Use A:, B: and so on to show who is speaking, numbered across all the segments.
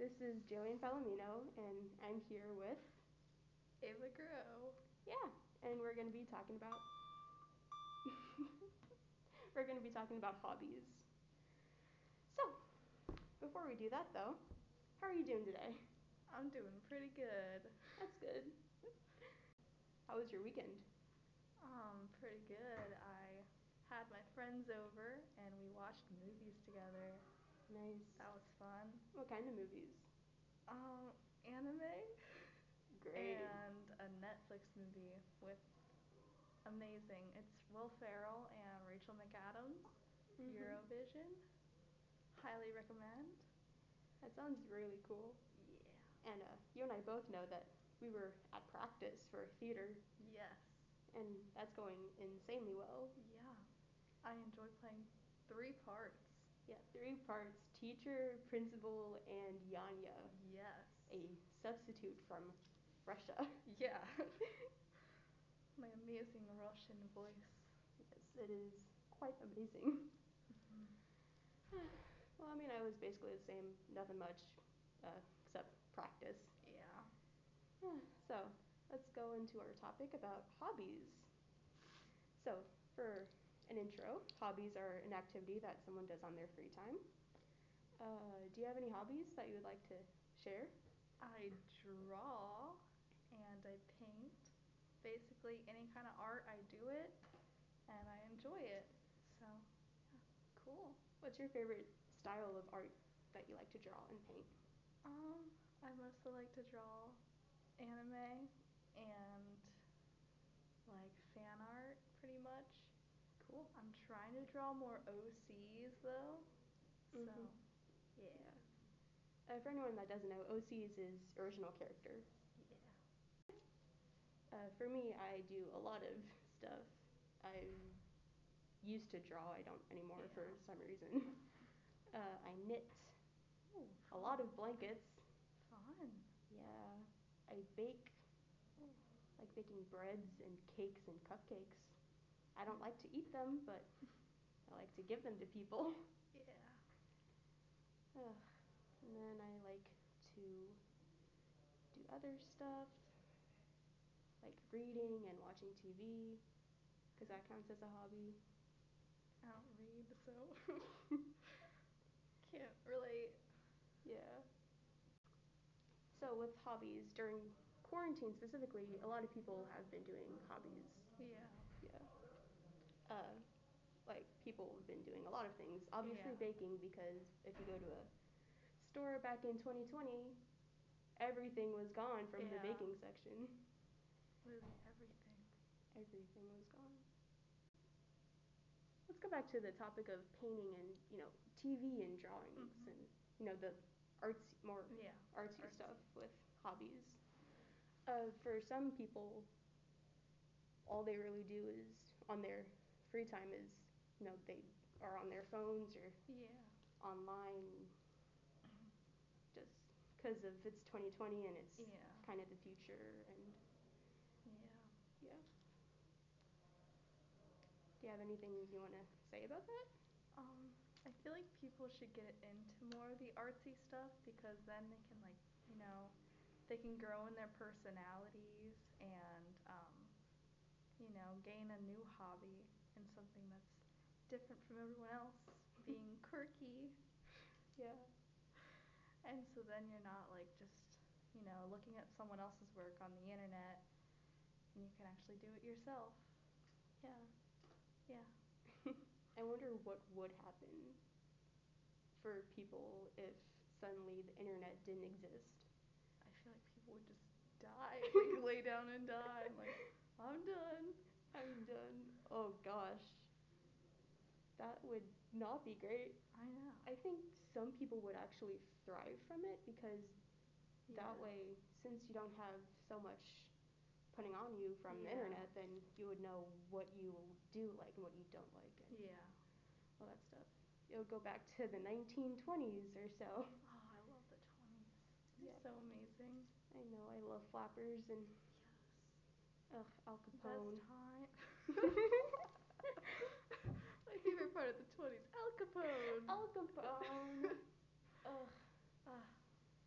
A: This is Jillian Palomino, and I'm here with,
B: Ava Grow.
A: yeah, and we're going to be talking about. we're going to be talking about hobbies. So, before we do that though, how are you doing today?
B: I'm doing pretty good.
A: That's good. How was your weekend?
B: Um, pretty good. I had my friends over and we watched movies together.
A: Nice.
B: That was fun.
A: What kind of movies?
B: Um, anime
A: Great.
B: and a Netflix movie with amazing. It's Will Ferrell and Rachel McAdams.
A: Mhm.
B: Eurovision. Highly recommend.
A: That sounds really cool.
B: Yeah.
A: And uh, you and I both know that we were at practice for theater,
B: Yes.
A: and that's going insanely well.
B: Yeah. I enjoy playing three parts.
A: Yeah, three parts teacher, principal, and Yanya,
B: Yes.
A: a substitute from Russia.
B: Yeah. My amazing Russian voice.
A: yes, it is quite amazing. well, I mean, I was basically the same, nothing much uh, except practice.
B: Yeah.
A: Yeah, so let's go into our topic about hobbies. So, for an intro, hobbies are an activity that someone does on their free time. Uh, do you have any hobbies that you would like to share?
B: I draw and I paint. Basically, any kind of art, I do it and I enjoy it. So,
A: Cool. What's your favorite style of art that you like to draw and paint?
B: um, I mostly like to draw anime and like fan art pretty much.
A: Cool.
B: I'm trying to draw more OCs though. So,
A: Mhm.
B: yeah.
A: Uh, for anyone that doesn't know, OCs is original character.
B: Yeah.
A: Uh, for me, I do a lot of stuff. I used to draw, I don't anymore for
B: Yeah.
A: some reason. Uh, I knit
B: Oh,
A: a lot of blankets.
B: fun.
A: Yeah. I bake,
B: Oh.
A: like baking breads and cakes and cupcakes. I don't like to eat them, but I like to give them to people.
B: Yeah.
A: Ugh. and then I like to do other stuff, like reading and watching TV, because that counts as a hobby.
B: I don't read, so can't relate.
A: Yeah. So with hobbies during quarantine specifically, a lot of people have been doing hobbies.
B: Yeah.
A: Yeah. Uh, like people have been doing a lot of things. Obviously
B: Yeah.
A: baking because if you go to a store back in 2020, everything was gone from the
B: Yeah.
A: baking section.
B: Losing everything.
A: Everything was gone. Let's go back to the topic of painting and you know TV and drawings
B: Mhm.
A: and you know the arts more
B: Yeah.
A: artsy,
B: Artsy.
A: stuff with hobbies. Uh, for some people, all they really do is on their free time is, you know, they are on their phones or
B: Yeah.
A: online just because of it's 2020 and it's
B: Yeah.
A: kind of the future and
B: Yeah.
A: yeah. Do you have anything you want to say about that?
B: Um, I feel like people should get into more of the artsy stuff because then they can like, you know, they can grow in their personalities and um, you know, gain a new hobby and something that's different from everyone else, being quirky.
A: Yeah.
B: And so then you're not like just, you know, looking at someone else's work on the internet and you can actually do it yourself.
A: Yeah.
B: Yeah.
A: I wonder what would happen for people if suddenly the internet didn't exist.
B: I feel like people would just die, like lay down and die. I'm like, I'm done.
A: I'm done. Oh gosh. That would not be great.
B: I know.
A: I think some people would actually thrive from it because
B: Yeah.
A: that way, since you don't have so much putting on you from the
B: Yeah.
A: internet, then you would know what you do like and what you don't like and
B: Yeah.
A: all that stuff. It'll go back to the 1920s or so.
B: Oh, I love the 20s. They're
A: Yeah.
B: so amazing.
A: I know, I love flappers and
B: Yes.
A: Ugh, Al
B: Best
A: Capone.
B: time. My favorite part of the 20s, Al Capone.
A: Al Capone. Ugh.
B: Ah,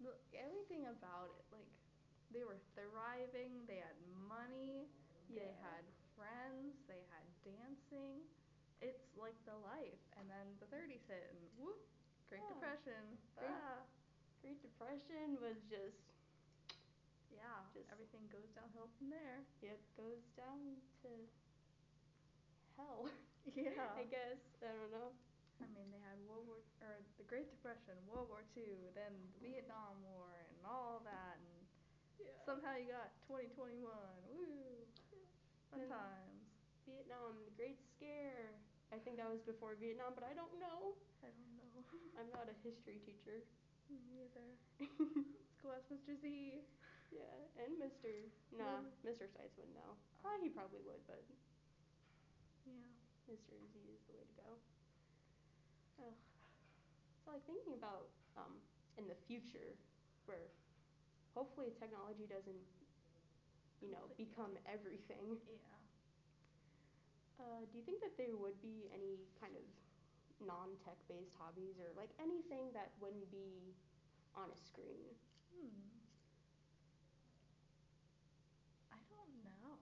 B: the everything about it. Like, they were thriving, they had money, they had friends, they had dancing. It's like the life. And then the 30s hit, and whoop, Great
A: Yeah.
B: Depression.
A: Great-
B: Ah.
A: Great Depression was just
B: Yeah,
A: Just-
B: everything goes downhill from there.
A: it goes down to hell.
B: Yeah.
A: I guess. I don't know.
B: I mean, they had World War or the Great Depression, World War Two, then the Vietnam War, and all that, and
A: Yeah.
B: somehow you got 2021. Woo! Fun
A: Yeah.
B: times.
A: Vietnam, the Great Scare. I think that was before Vietnam, but I don't know.
B: I don't know.
A: I'm not a history teacher.
B: Me neither. Let's go ask Mr. Z.
A: yeah, and Mr. Nah, Mr. Seitz would know. Ah, he probably would, but
B: Yeah.
A: Mr. Z is the way to go. Ugh. So, like thinking about um, in the future, where hopefully technology doesn't, you know,
B: Completely.
A: become everything.
B: Yeah.
A: Uh, do you think that there would be any kind of non-tech based hobbies or like anything that wouldn't be on a screen?
B: Hmm. I don't know.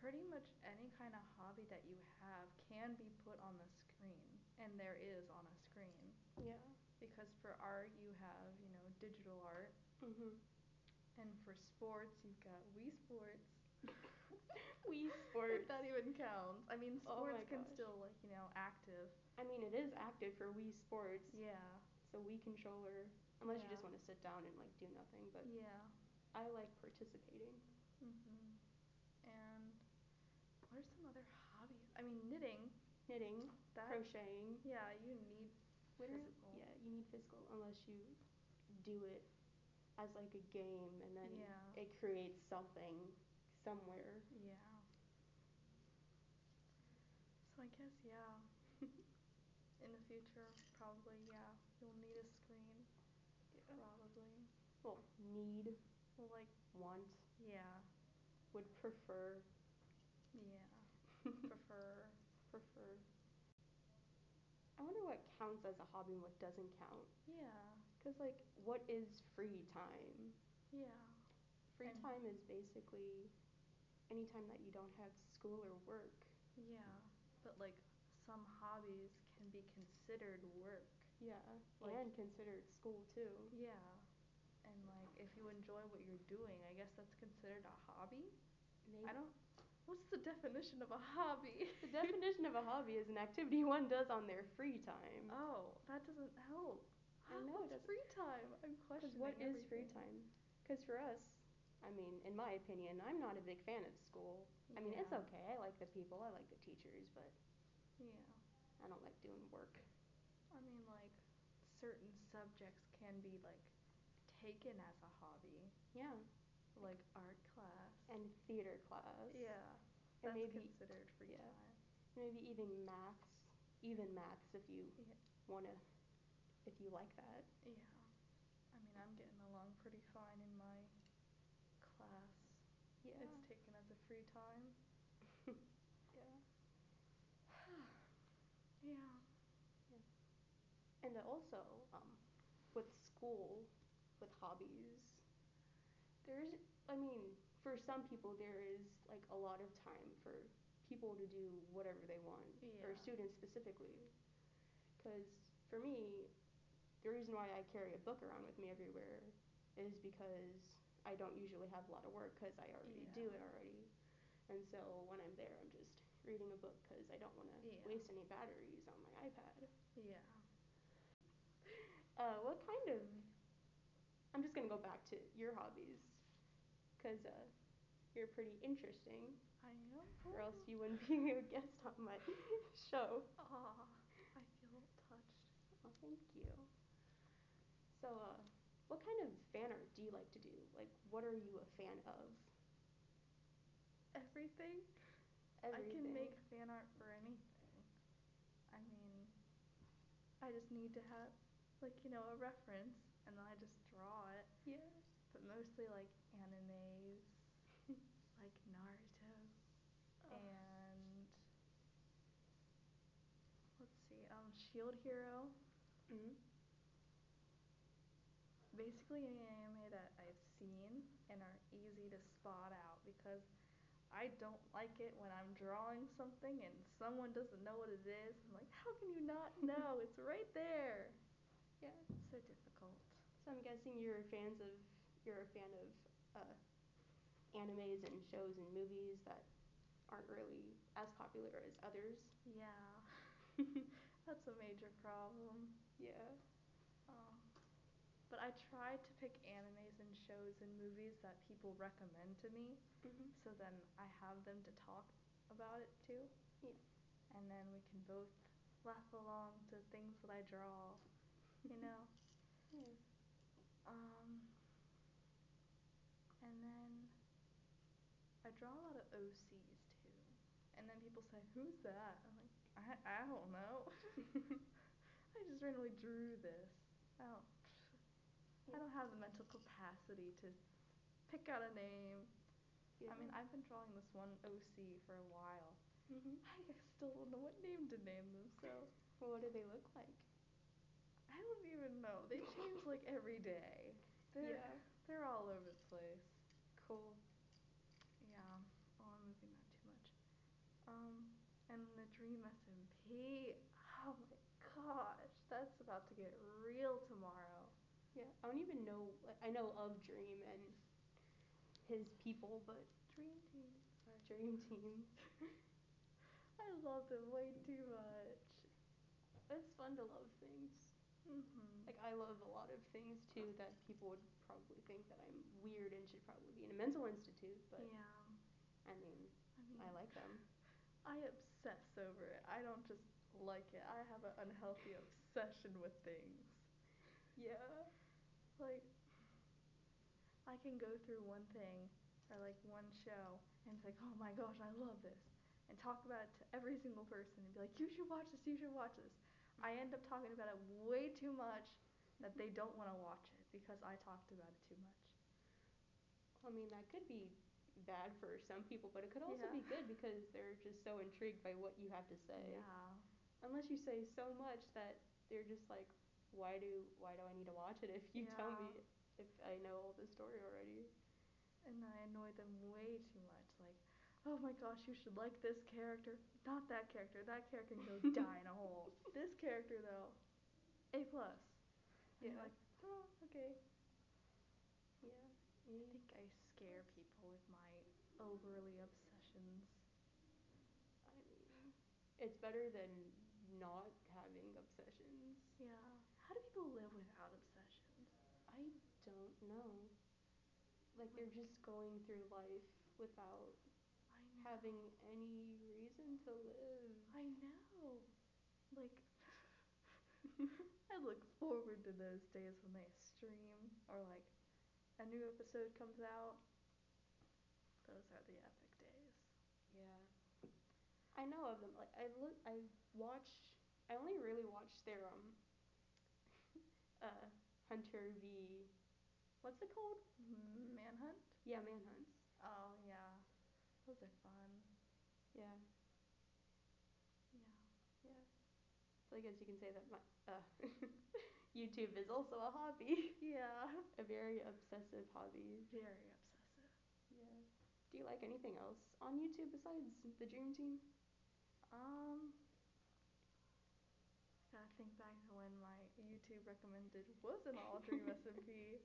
B: Pretty much any kind of hobby that you have can be put on the screen, and there is on a screen.
A: Yeah.
B: Because for art, you have, you know, digital art,
A: Mhm.
B: and for sports, you've got Wii Sports.
A: Wii Sports.
B: If that even counts. I mean,
A: Oh
B: sports
A: my
B: can
A: gosh.
B: still, like, you know, active.
A: I mean, it is active for Wii Sports.
B: Yeah.
A: It's a Wii controller, unless you
B: Yeah.
A: just want to sit down and like do nothing. But
B: Yeah.
A: I like participating.
B: hmm And what are some other hobbies? I mean, knitting.
A: Knitting,
B: That.
A: crocheting.
B: Yeah, you need
A: literally-
B: physical.
A: Yeah, you need physical unless you do it as like a game, and then
B: Yeah.
A: it creates something somewhere.
B: Yeah. So I guess yeah. In the future, probably yeah, you'll need a screen. Probably.
A: Well, need,
B: Well, like
A: want,
B: yeah,
A: would prefer,
B: yeah. Prefer.
A: prefer. I wonder what counts as a hobby and what doesn't count.
B: Yeah.
A: Cause like, what is free time?
B: Yeah.
A: Free
B: And-
A: time is basically any time that you don't have school or work.
B: Yeah. But like some hobbies can be considered work.
A: Yeah,
B: Like-
A: and considered school too.
B: Yeah. And like if you enjoy what you're doing, I guess that's considered a hobby.
A: Maybe.
B: I don't. What's the definition of a hobby?
A: The definition of a hobby is an activity one does on their free time.
B: Oh, that doesn't help.
A: Mm. I know, it doesn't-
B: What's free time? I'm
A: Because
B: questioning.
A: what is free
B: everything.
A: time? Because for us, I mean, in my opinion, I'm not a big fan of school. I mean, it's
B: Yeah.
A: okay. I like the people, I like the teachers, but
B: Yeah.
A: I don't like doing work.
B: I mean, like, certain subjects can be like taken as a hobby,
A: Yeah.
B: like art class.
A: And theater class.
B: yeah,
A: And
B: that's
A: maybe
B: considered free
A: yeah.
B: time.
A: maybe even maths, even maths if you
B: Yeah.
A: wanna, if you like that.
B: Yeah. I mean, I'm getting along pretty fine in my class.
A: Yeah.
B: It's taken as a free time.
A: yeah.
B: Yeah.
A: And uh, also, um, with school, with hobbies, there's, I mean, for some people, there is like a lot of time for people to do whatever they want, or
B: Yeah.
A: students specifically. Because for me, the reason why I carry a book around with me everywhere is because I don't usually have a lot of work because I already
B: Yeah.
A: do it already. And so when I'm there, I'm just reading a book because I don't want to
B: Yeah.
A: waste any batteries on my iPad.
B: Yeah.
A: Uh, what kind of? I'm just gonna go back to your hobbies, cause uh, you're pretty interesting,
B: I know.
A: or else you wouldn't be a guest on my show.
B: Aw, I feel touched.
A: Well, thank you. So, uh, what kind of fan art do you like to do? Like, what are you a fan of?
B: Everything. I
A: Everything.
B: can make fan art for anything. I mean, I just need to have, like, you know, a reference, and then I just draw it.
A: Yeah.
B: But mostly, like, animes, like Naruto,
A: Oh.
B: and mm-hmm. let's see, um, Shield Hero,
A: Mhm.
B: basically any anime that I've seen and are easy to spot out because I don't like it when I'm drawing something and someone doesn't know what it is. I'm like, how can you not know? it's right there.
A: Yeah.
B: It's so difficult.
A: So I'm guessing you're fans of you're a fan of uh, animes and shows and movies that aren't really as popular as others.
B: Yeah. That's a major problem.
A: Yeah.
B: Um, but I try to pick animes and shows and movies that people recommend to me.
A: hmm
B: So then I have them to talk about it too.
A: Yeah.
B: And then we can both laugh along to things that I draw, you know?
A: Yeah.
B: um, and then I draw a lot of OCs too. And then people say, who's that? I'm like, I, I don't know. I just randomly drew this. I don't, I
A: Yeah.
B: don't have the mental capacity to pick out a name. I mean, I've been drawing this one OC for a while.
A: hmm
B: I still don't know what name to name them, so
A: well, what do they look like?
B: I don't even know. They change like every day. They're,
A: Yeah.
B: they're all over the place.
A: Cool.
B: Yeah. Oh, I'm moving that too much. Um, and the Dream SMP. Oh my gosh, that's about to get real tomorrow.
A: Yeah. I don't even know. Like, I know of Dream and his people, but
B: Dream Team.
A: our Dream Team.
B: I love them way too much.
A: It's fun to love things.
B: Mm-hmm.
A: Like I love a lot of things too that people would probably think that I'm weird and should probably be in a mental institute, but
B: yeah.
A: I mean,
B: I mean,
A: I like them.
B: I obsess over it. I don't just like it. I have an unhealthy obsession with things.
A: Yeah.
B: Like, I can go through one thing or like one show and it's like, oh my gosh, I love this. And talk about it to every single person and be like, you should watch this, you should watch this. I end up talking about it way too much that they don't want to watch it because I talked about it too much.
A: I mean, that could be bad for some people, but it could also
B: Yeah.
A: be good because they're just so intrigued by what you have to say.
B: Yeah.
A: Unless you say so much that they're just like, why do why do I need to watch it if you tell
B: Yeah.
A: me if I know all the story already?
B: and I annoy them way too much. Like, oh my gosh, you should like this character, not that character. That character can go die in a hole. This character though, A plus. And
A: Yeah.
B: you're like, oh, okay.
A: Yeah.
B: I think I scare people with my overly obsessions.
A: I mean, it's better than not having obsessions.
B: Yeah. How do people live without obsessions?
A: I don't know. Like they're just going through life without
B: I know.
A: having any reason to live.
B: I know. Like, I look forward to those days when they stream or like a new episode comes out. Those are the epic days.
A: Yeah. I know of them. Like I look, I watch. I only really watch their um. uh, Hunter v. What's it called?
B: Manhunt?
A: Yeah, Manhunts.
B: Oh, yeah. Those are fun.
A: Yeah.
B: Yeah.
A: So I guess you can say that my uh, YouTube is also a hobby,
B: Yeah.
A: a very obsessive hobby.
B: Very obsessive.
A: Yeah. Do you like anything else on YouTube besides the Dream Team?
B: Um, gotta think back to when my YouTube recommended was an all dream SMP.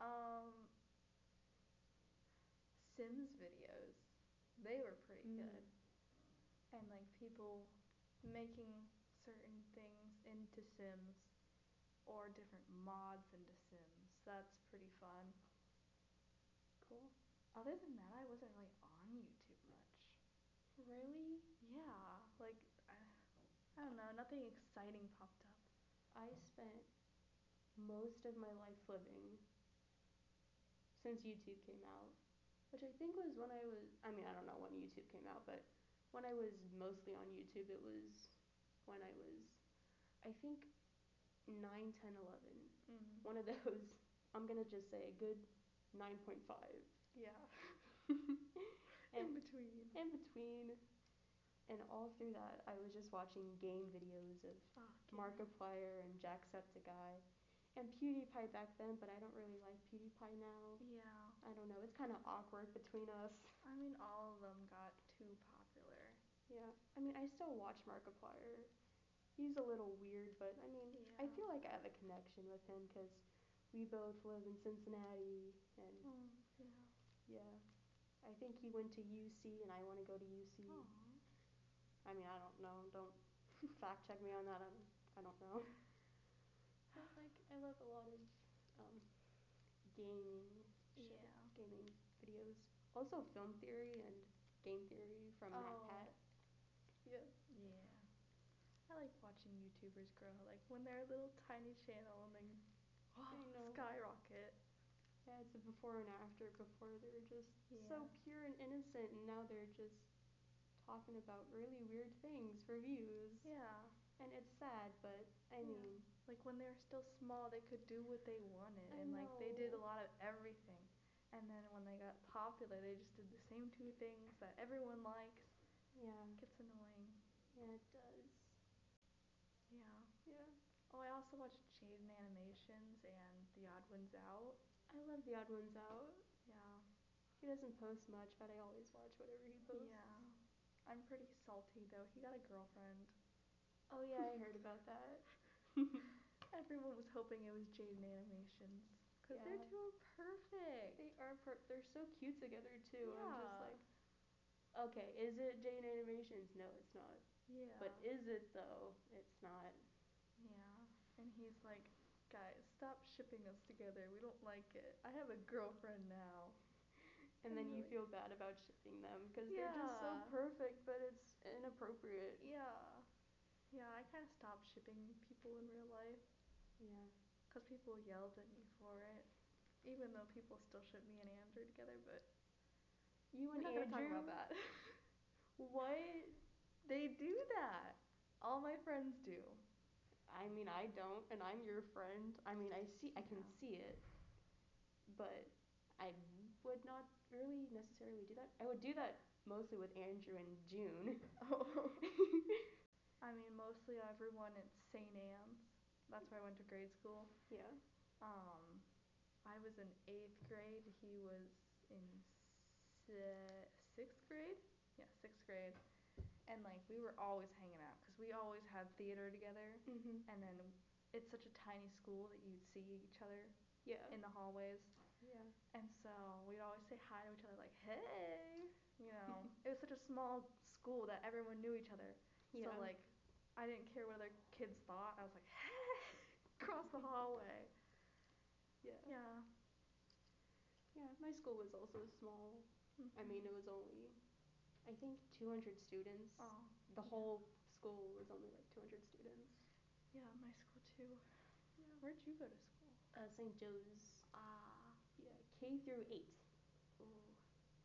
B: Um, Sims videos, they were pretty
A: Mm.
B: good, and like people making certain things into Sims or different mods into Sims. That's pretty fun.
A: Cool.
B: Other than that, I wasn't really on YouTube much.
A: Really?
B: Yeah, like I, I don't know, nothing exciting popped up.
A: I spent most of my life living since YouTube came out, which I think was when I was, I mean, I don't know when YouTube came out, but when I was mostly on YouTube, it was when I was, I think, 9, 10, 11.
B: Mm.
A: One of those, I'm going to just say a good 9.5.
B: Yeah, in
A: And
B: between.
A: in between, and all through that, I was just watching game videos of
B: Fuck yeah.
A: Markiplier and Jacksepticeye, and PewDiePie back then, but I don't really like PewDiePie now.
B: Yeah.
A: I don't know. It's kind of awkward between us.
B: I mean, all of them got too popular.
A: Yeah. I mean, I still watch Markiplier. He's a little weird, but I mean, I
B: Yeah.
A: feel like I have a connection with him because we both live in Cincinnati, and
B: Oh, yeah.
A: yeah, I think he went to UC, and I want to go to UC.
B: Oh.
A: I mean, I don't know. Don't fact check me on that. I don't, I don't know. But like, I love a lot of um, gaming shit,
B: Yeah.
A: gaming videos. Also, film theory and game theory from Matt
B: Oh.
A: Pat. Yeah.
B: Yeah. I like watching YouTubers grow, like when they're a little tiny channel and then
A: know.
B: skyrocket.
A: Yeah, it's a before and after. Before they were just
B: Yeah.
A: so pure and innocent, and now they're just talking about really weird things for views.
B: Yeah.
A: And it's sad, but I
B: Yeah.
A: mean,
B: Like when they were still small, they could do what they wanted,
A: I
B: and like they did a
A: know.
B: lot of everything. And then when they got popular, they just did the same two things that everyone likes.
A: yeah,
B: Gets annoying.
A: yeah, it does.
B: Yeah.
A: Yeah.
B: Oh, I also watched Jaden Animations and The Odd Ones Out.
A: I love The Odd Ones Out.
B: Yeah.
A: He doesn't post much, but I always watch whatever he posts.
B: Yeah. I'm pretty salty though. He got a girlfriend.
A: Oh yeah, I heard about that.
B: Everyone was hoping it was Jaden Animations. Because
A: Yeah.
B: they're doing perfect.
A: They are per- they're so cute together too. I'm just
B: Yeah.
A: like, okay, is it Jane Animations? No, it's not.
B: Yeah.
A: But is it though? It's not.
B: yeah. And he's like, guys, stop shipping us together. We don't like it. I have a girlfriend now.
A: And then you
B: Totally.
A: feel bad about shipping them because they're just so
B: Yeah.
A: perfect, but it's inappropriate.
B: Yeah. Yeah, I kind of stopped shipping people in real life
A: Yeah.
B: because people yelled at me for it. Even though people still ship me and Andrew together, but
A: You
B: we're
A: and
B: not
A: Andrew.
B: gonna talk about that.
A: What?
B: they do that. All my friends do.
A: I mean, I don't, and I'm your friend. I mean, I see, I can
B: Yeah.
A: see it, but I would not really necessarily do that. I would do that mostly with Andrew and June.
B: Oh. I mean, mostly everyone at St. Anne's. That's where I went to grade school.
A: yeah.
B: Um, I was in eighth grade. He was in si- sixth grade. Yeah, sixth grade. And like we were always hanging out because we always had theater together.
A: Mhm.
B: And then it's such a tiny school that you'd see each other
A: Yeah.
B: in the hallways.
A: yeah.
B: And so we'd always say hi to each other, like, hey. You know, it was such a small school that everyone knew each other.
A: Yeah.
B: So like, I didn't care what other kids thought. I was like, hey, across the hallway.
A: yeah. yeah.
B: Yeah.
A: My school was also small. I mean, it was only, I think, 200 students.
B: Oh,
A: The whole school was only like 200 students.
B: yeah, my school too.
A: Yeah.
B: Where'd you go to school?
A: Uh, St. Joe's.
B: Ah.
A: Yeah. K through eight.
B: Ooh.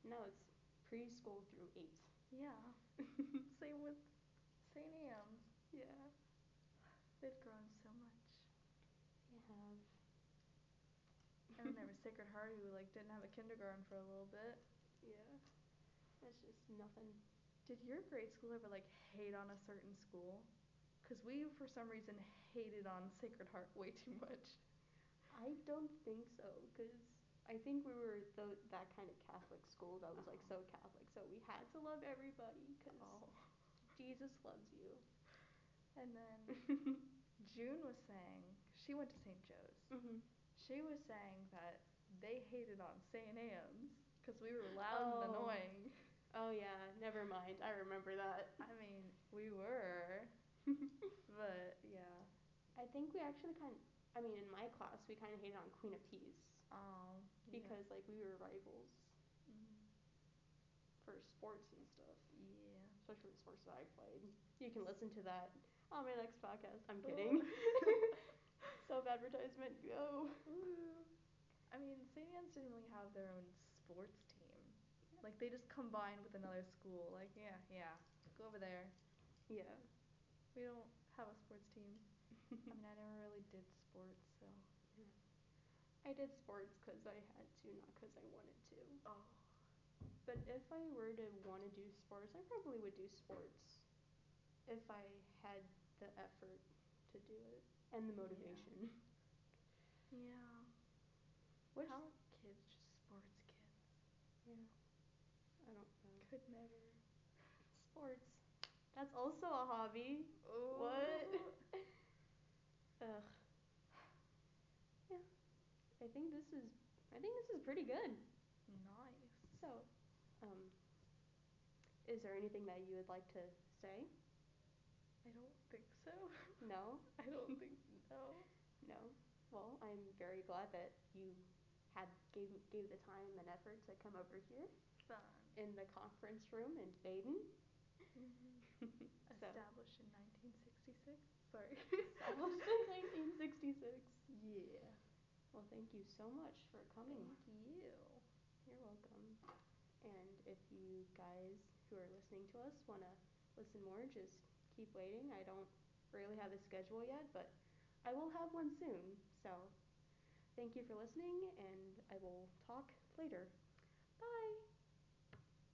A: No, it's preschool through eight.
B: Yeah. Same with St. Anne's.
A: yeah.
B: They've grown so much.
A: They have.
B: And then there was Sacred Heart, who like didn't have a kindergarten for a little bit.
A: Yeah. That's just nothing.
B: Did your grade school ever like hate on a certain school? Cause we for some reason hated on Sacred Heart way too much.
A: I don't think so, because I think we were the, that kind of Catholic school that was like so Catholic, so we had to love everybody because Jesus loves you.
B: And then June was saying she went to St. Joe's.
A: mm-hmm.
B: She was saying that they hated on St. Anne's because we were
A: Oh.
B: loud and annoying.
A: Oh yeah, never mind. I remember that.
B: I mean, we were, but yeah.
A: I think we actually kind. I mean, in my class, we kind of hated on Queen of Peace
B: Um, yeah.
A: because like we were rivals
B: Mm,
A: for sports and stuff,
B: yeah.
A: especially the sports that I played. You can listen to that on my next podcast. I'm
B: Oh.
A: kidding. Self advertisement, go.
B: Ooh. I mean, St. Anne's didn't really have their own sports team. Like they just combined with another school. Like yeah, yeah, go over there.
A: Yeah.
B: We don't have a sports team. I mean, I never really did sports, so.
A: I did sports because I had to, not because I wanted to.
B: Oh.
A: But if I were to want to do sports, I probably would do sports if I had the effort to do it and the motivation.
B: Yeah.
A: Which
B: How are kids just sports kids?
A: I don't know.
B: Could never.
A: Sports. That's also a hobby. What? Ugh. Yeah. I think this is I think this is pretty good.
B: Nice.
A: So, um is there anything that you would like to say?
B: I don't think so.
A: No?
B: I don't think no.
A: No. Well, I'm very glad that you had gave gave the time and effort to come over here
B: Fun.
A: in the conference room in Baden.
B: Mm-hmm.
A: So-
B: Established in 1966. Sorry.
A: Established in 1966.
B: yeah.
A: Well, thank you so much for coming.
B: Thank you.
A: You're welcome. And if you guys who are listening to us want to listen more, just keep waiting. I don't really have a schedule yet, but I will have one soon. So thank you for listening, and I will talk later.